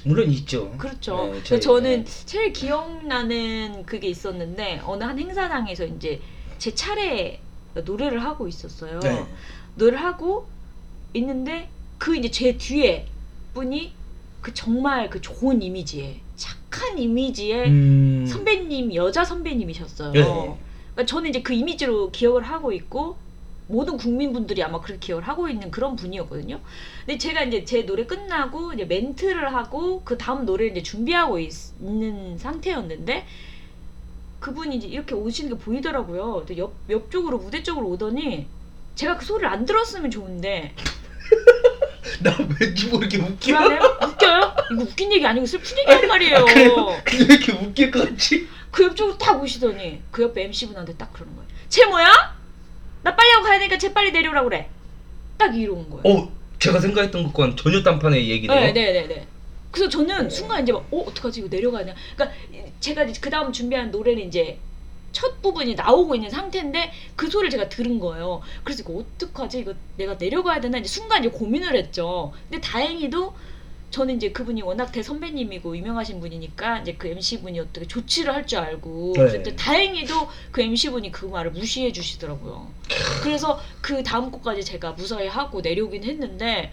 Speaker 1: 물론 있죠.
Speaker 2: 그렇죠.
Speaker 1: 네,
Speaker 2: 그래서
Speaker 1: 저희,
Speaker 2: 저는 제일 기억나는 그게 있었는데 어느 한 행사장에서 이제 제 차례 노래를 하고 있었어요.
Speaker 1: 네.
Speaker 2: 늘 하고 있는데 그 이제 제 뒤에 분이 그 정말 그 좋은 이미지에 착한 이미지의
Speaker 1: 음.
Speaker 2: 네. 선배님 여자 선배님이셨어요.
Speaker 1: 예, 예.
Speaker 2: 그러니까 저는 이제 그 이미지로 기억을 하고 있고 모든 국민분들이 아마 그렇게 기억을 하고 있는 그런 분이었거든요. 근데 제가 이제 제 노래 끝나고 이제 멘트를 하고 그 다음 노래를 이제 준비하고 있, 는 상태였는데 그분이 이제 이렇게 오시는 게 보이더라고요. 근데 옆 옆쪽으로 무대 쪽으로 오더니 제가 그 소리를 안 들었으면 좋은데
Speaker 1: 나 왠지 모르게 웃겨.
Speaker 2: 불안해요? 웃겨요? 이거 웃긴 얘기 아니고 슬픈 얘기 한 말이에요.
Speaker 1: 아, 그래요? 근데 왜 이렇게 웃길 것 같지?
Speaker 2: 그 옆쪽으로 딱 오시더니 그 옆에 MC분한테 딱 그러는 거예요. 쟤 뭐야? 나 빨리 하고 가야 되니까 쟤 빨리 내려오라고 그래. 딱 이러는 거예요.
Speaker 1: 어, 제가 생각했던 것과는 전혀 딴판의 얘기네요.
Speaker 2: 네네네네. 그래서 저는 순간 이제 막, 어, 어떡하지? 이거 내려가냐? 그러니까 제가 그 다음 준비한 노래는 이제 첫 부분이 나오고 있는 상태인데 그 소리를 제가 들은 거예요. 그래서 이거 어떡하지? 이거 내가 내려가야 되나? 이제 순간 이제 고민을 했죠. 근데 다행히도 저는 이제 그분이 워낙 대선배님이고 유명하신 분이니까 이제 그 MC분이 어떻게 조치를 할 줄 알고
Speaker 1: 네.
Speaker 2: 그때 다행히도 그 MC분이 그 말을 무시해 주시더라고요. 그래서 그 다음 곡까지 제가 무사히 하고 내려오긴 했는데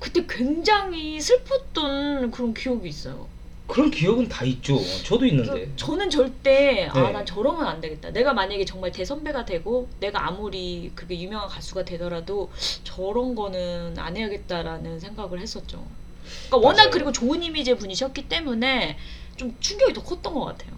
Speaker 2: 그때 굉장히 슬펐던 그런 기억이 있어요.
Speaker 1: 그런 기억은 다 있죠. 저도 있는데.
Speaker 2: 그래서 저는 절대
Speaker 1: 네.
Speaker 2: 아 난 저러면 안 되겠다. 내가 만약에 정말 대선배가 되고 내가 아무리 그게 유명한 가수가 되더라도 저런 거는 안 해야겠다라는 생각을 했었죠. 그러니까 워낙
Speaker 1: 맞아요.
Speaker 2: 그리고 좋은 이미지의 분이셨기 때문에 좀 충격이 더 컸던 것 같아요.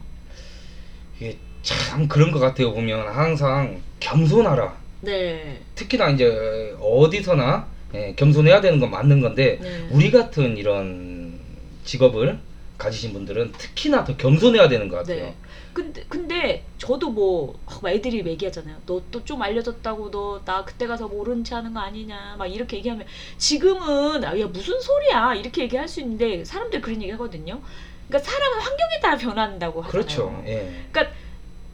Speaker 1: 이게 참 그런 것 같아요. 보면 항상 겸손하라.
Speaker 2: 네.
Speaker 1: 특히나 이제 어디서나 예, 겸손해야 되는 건 맞는 건데
Speaker 2: 네.
Speaker 1: 우리 같은 이런 직업을 가지신 분들은 특히나 더 겸손해야 되는 것 같아요.
Speaker 2: 네. 근데 근데 저도 뭐 아, 막 애들이 얘기하잖아요. 너 또 좀 알려졌다고 너 나 그때 가서 모른 체 하는 거 아니냐 막 이렇게 얘기하면 지금은 아, 야 무슨 소리야 이렇게 얘기할 수 있는데 사람들 그런 얘기 하거든요. 그러니까 사람은 환경에 따라 변한다고 하잖아요.
Speaker 1: 그렇죠. 예.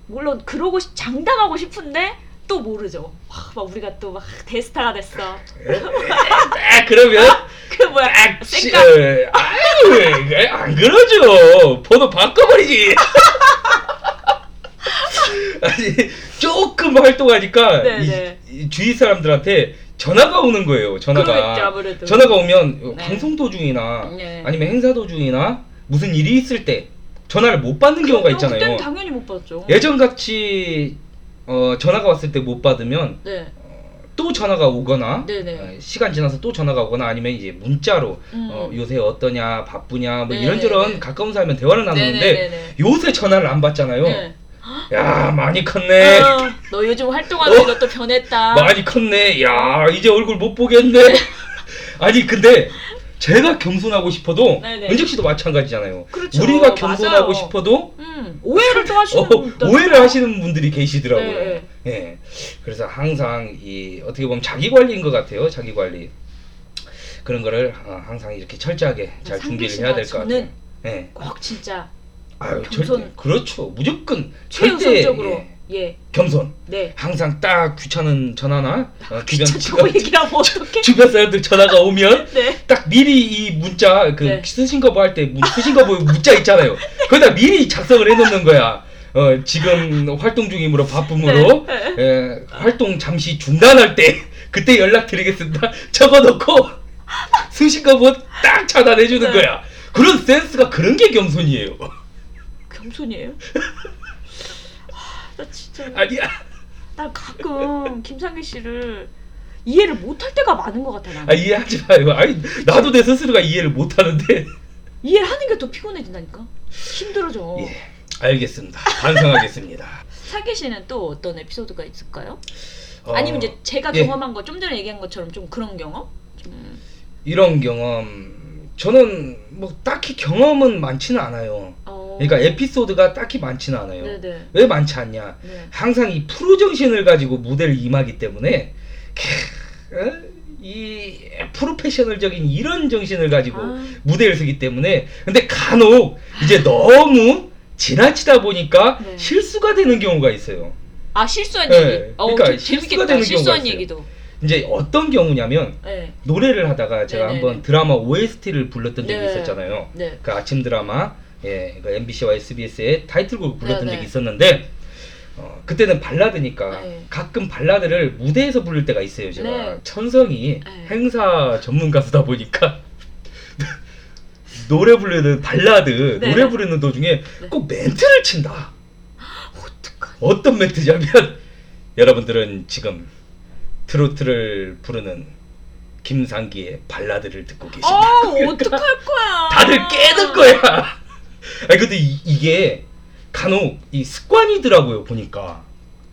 Speaker 2: 물론 그러고 싶- 장담하고 싶은데 또 모르죠. 와, 막 우리가 또 막 대스타가 됐어.
Speaker 1: 아, 그러면
Speaker 2: 그 뭐야?
Speaker 1: 아, 씨,
Speaker 2: 생각
Speaker 1: 에, 아유, 이게 안 그러죠. 번호 바꿔버리지. 아니 조금 활동하니까
Speaker 2: 네,
Speaker 1: 이-
Speaker 2: 네.
Speaker 1: 이 주위 사람들한테 전화가 오는 거예요. 전화가
Speaker 2: 그러겠죠 아무래도.
Speaker 1: 전화가 오면 어,
Speaker 2: 네.
Speaker 1: 방송 도중이나
Speaker 2: 네.
Speaker 1: 아니면 행사 도중이나 무슨 일이 있을 때 전화를 못 받는 경우가
Speaker 2: 그럼 그때는
Speaker 1: 있잖아요.
Speaker 2: 당연히 못 봤죠.
Speaker 1: 예전 같이 어, 전화가 왔을 때 못 받으면
Speaker 2: 네.
Speaker 1: 또 전화가 오거나
Speaker 2: 네네.
Speaker 1: 어, 시간 지나서 또 전화가 오거나 아니면 이제 문자로
Speaker 2: 음.
Speaker 1: 어, 요새 어떠냐 바쁘냐 뭐
Speaker 2: 네,
Speaker 1: 이런저런
Speaker 2: 네.
Speaker 1: 가까운 사람은 대화를 나누는데
Speaker 2: 네네네네.
Speaker 1: 요새 전화를 안 받잖아요.
Speaker 2: 네.
Speaker 1: 야 많이 컸네.
Speaker 2: 어, 너 요즘 활동하는
Speaker 1: 어?
Speaker 2: 것도 변했다.
Speaker 1: 많이 컸네. 야 이제 얼굴 못 보겠네. 아니 근데 제가 겸손하고 싶어도
Speaker 2: 네네.
Speaker 1: 은정 씨도 마찬가지잖아요.
Speaker 2: 그렇죠.
Speaker 1: 우리가 겸손하고
Speaker 2: 맞아요.
Speaker 1: 싶어도
Speaker 2: 음, 오해를 또 하시는
Speaker 1: 어,
Speaker 2: 분들.
Speaker 1: 오해를 하시는 분들이 계시더라고요.
Speaker 2: 네,
Speaker 1: 예. 그래서 항상 이 어떻게 보면 자기 관리인 것 같아요. 자기 관리 그런 거를 아, 항상 이렇게 철저하게 잘
Speaker 2: 그 상규
Speaker 1: 준비를
Speaker 2: 씨나
Speaker 1: 해야 될 것
Speaker 2: 저는
Speaker 1: 같아요. 예.
Speaker 2: 꼭 어, 진짜
Speaker 1: 아유,
Speaker 2: 겸손.
Speaker 1: 절대 그렇죠. 무조건 절대
Speaker 2: 최우선적으로
Speaker 1: 예,
Speaker 2: 예.
Speaker 1: 겸손.
Speaker 2: 네.
Speaker 1: 항상 딱 귀찮은 전화나 어, 주변
Speaker 2: 저거
Speaker 1: 직원-
Speaker 2: 얘기하면 어떡해?
Speaker 1: 주변 사람들 전화가 오면
Speaker 2: 네.
Speaker 1: 딱 미리 이 문자 그
Speaker 2: 네.
Speaker 1: 쓰신 거 뭐 할 때 쓰신 거 보면 문자 있잖아요. 거기다 미리 작성을 해놓는 거야. 어 지금 활동 중이므로 바쁨으로
Speaker 2: 네.
Speaker 1: 예, 활동 잠시 중단할 때 그때 연락드리겠습니다. 적어놓고 쓰신 거 뭐 딱 차단해 주는
Speaker 2: 네.
Speaker 1: 거야. 그런 센스가 그런 게 겸손이에요.
Speaker 2: 겸손이에요? 아, 나 진짜
Speaker 1: 아니야.
Speaker 2: 나 가끔 김상규 씨를 이해를 못할 때가 많은 것 같아 나는.
Speaker 1: 아 이해하지 마요. 아니 나도 내 스스로가 이해를 못 하는데.
Speaker 2: 이해를 하는 게 더 피곤해진다니까. 힘들어져.
Speaker 1: 예. 알겠습니다. 반성하겠습니다.
Speaker 2: 상규 씨는 또 어떤 에피소드가 있을까요?
Speaker 1: 어,
Speaker 2: 아니면 이제 제가
Speaker 1: 예.
Speaker 2: 경험한 거 좀 전에 얘기한 것처럼 좀 그런 경험? 좀
Speaker 1: 이런 경험 저는 뭐 딱히 경험은 많지는 않아요.
Speaker 2: 어...
Speaker 1: 그러니까 에피소드가 딱히 많지는 않아요.
Speaker 2: 네네.
Speaker 1: 왜 많지 않냐?
Speaker 2: 네.
Speaker 1: 항상 이 프로 정신을 가지고 무대를 임하기 때문에 캬, 어? 이 프로페셔널적인 이런 정신을 가지고
Speaker 2: 아.
Speaker 1: 무대를 서기 때문에 근데 간혹 이제 너무 지나치다 보니까
Speaker 2: 네.
Speaker 1: 실수가 되는 경우가 있어요.
Speaker 2: 아 실수한
Speaker 1: 네.
Speaker 2: 얘기. 어,
Speaker 1: 그러니까
Speaker 2: 재-
Speaker 1: 실수가
Speaker 2: 재밌겠다.
Speaker 1: 되는
Speaker 2: 실수한
Speaker 1: 경우가 있어요.
Speaker 2: 얘기도.
Speaker 1: 이제 어떤 경우냐면
Speaker 2: 네.
Speaker 1: 노래를 하다가 제가
Speaker 2: 네네네.
Speaker 1: 한번 드라마 OST를 불렀던 적이
Speaker 2: 네.
Speaker 1: 있었잖아요.
Speaker 2: 네.
Speaker 1: 그 아침 드라마 예, 그 MBC와 SBS의 타이틀곡을 불렀던
Speaker 2: 네, 네.
Speaker 1: 적이 있었는데 어, 그때는 발라드니까
Speaker 2: 네.
Speaker 1: 가끔 발라드를 무대에서 부를 때가 있어요. 제가
Speaker 2: 네.
Speaker 1: 천성이
Speaker 2: 네.
Speaker 1: 행사 전문 가수다 보니까 노래 부르는 발라드
Speaker 2: 네.
Speaker 1: 노래 부르는 도중에 꼭 멘트를 친다.
Speaker 2: 어떡하.
Speaker 1: 어떤 멘트냐면 여러분들은 지금 트로트를 부르는 김상기의 발라드를 듣고
Speaker 2: 어
Speaker 1: 계신다.
Speaker 2: 어떡할 거야.
Speaker 1: 다들 깨는 거야. 아니 근데 이, 게 간혹 이 습관이더라고요 보니까.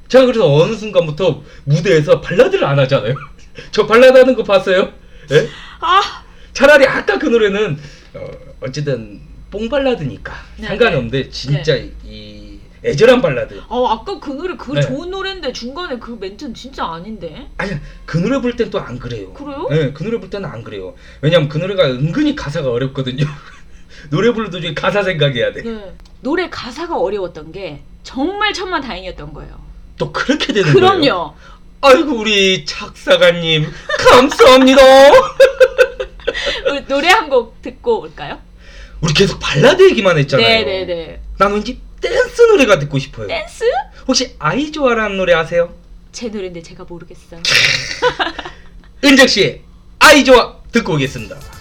Speaker 1: 제가 그래서 어느 순간부터 무대에서 발라드를 안 하잖아요. 저 발라드 하는 거 봤어요? 예?
Speaker 2: 아
Speaker 1: 차라리 아까 그 노래는 어, 어쨌든 뽕 발라드니까
Speaker 2: 네,
Speaker 1: 상관없는데 진짜 이 애절한 발라드.
Speaker 2: 어, 아까 그 노래 그
Speaker 1: 네.
Speaker 2: 좋은 노래인데 중간에 그 멘트는 진짜 아닌데.
Speaker 1: 아니 그 노래 부를 땐 또 안 그래요.
Speaker 2: 그래요?
Speaker 1: 네, 그 노래 부를 때는 안 그래요. 왜냐면 그 노래가 은근히 가사가 어렵거든요. 노래 부를 도중에 가사 생각해야 돼.
Speaker 2: 네. 노래 가사가 어려웠던 게 정말 천만다행이었던 거예요.
Speaker 1: 또 그렇게 되는 거예요.
Speaker 2: 그럼요.
Speaker 1: 아이고 우리 작사가님 감사합니다.
Speaker 2: 우리 노래 한 곡 듣고 올까요?
Speaker 1: 우리 계속 발라드 얘기만 했잖아요.
Speaker 2: 네네네. 네.
Speaker 1: 난 왠지 댄스 노래가 듣고 싶어요.
Speaker 2: 댄스?
Speaker 1: 혹시 아이조아라는 노래 아세요?
Speaker 2: 제 노래인데 제가 모르겠어요.
Speaker 1: 은정 씨 아이조아 듣고 오겠습니다.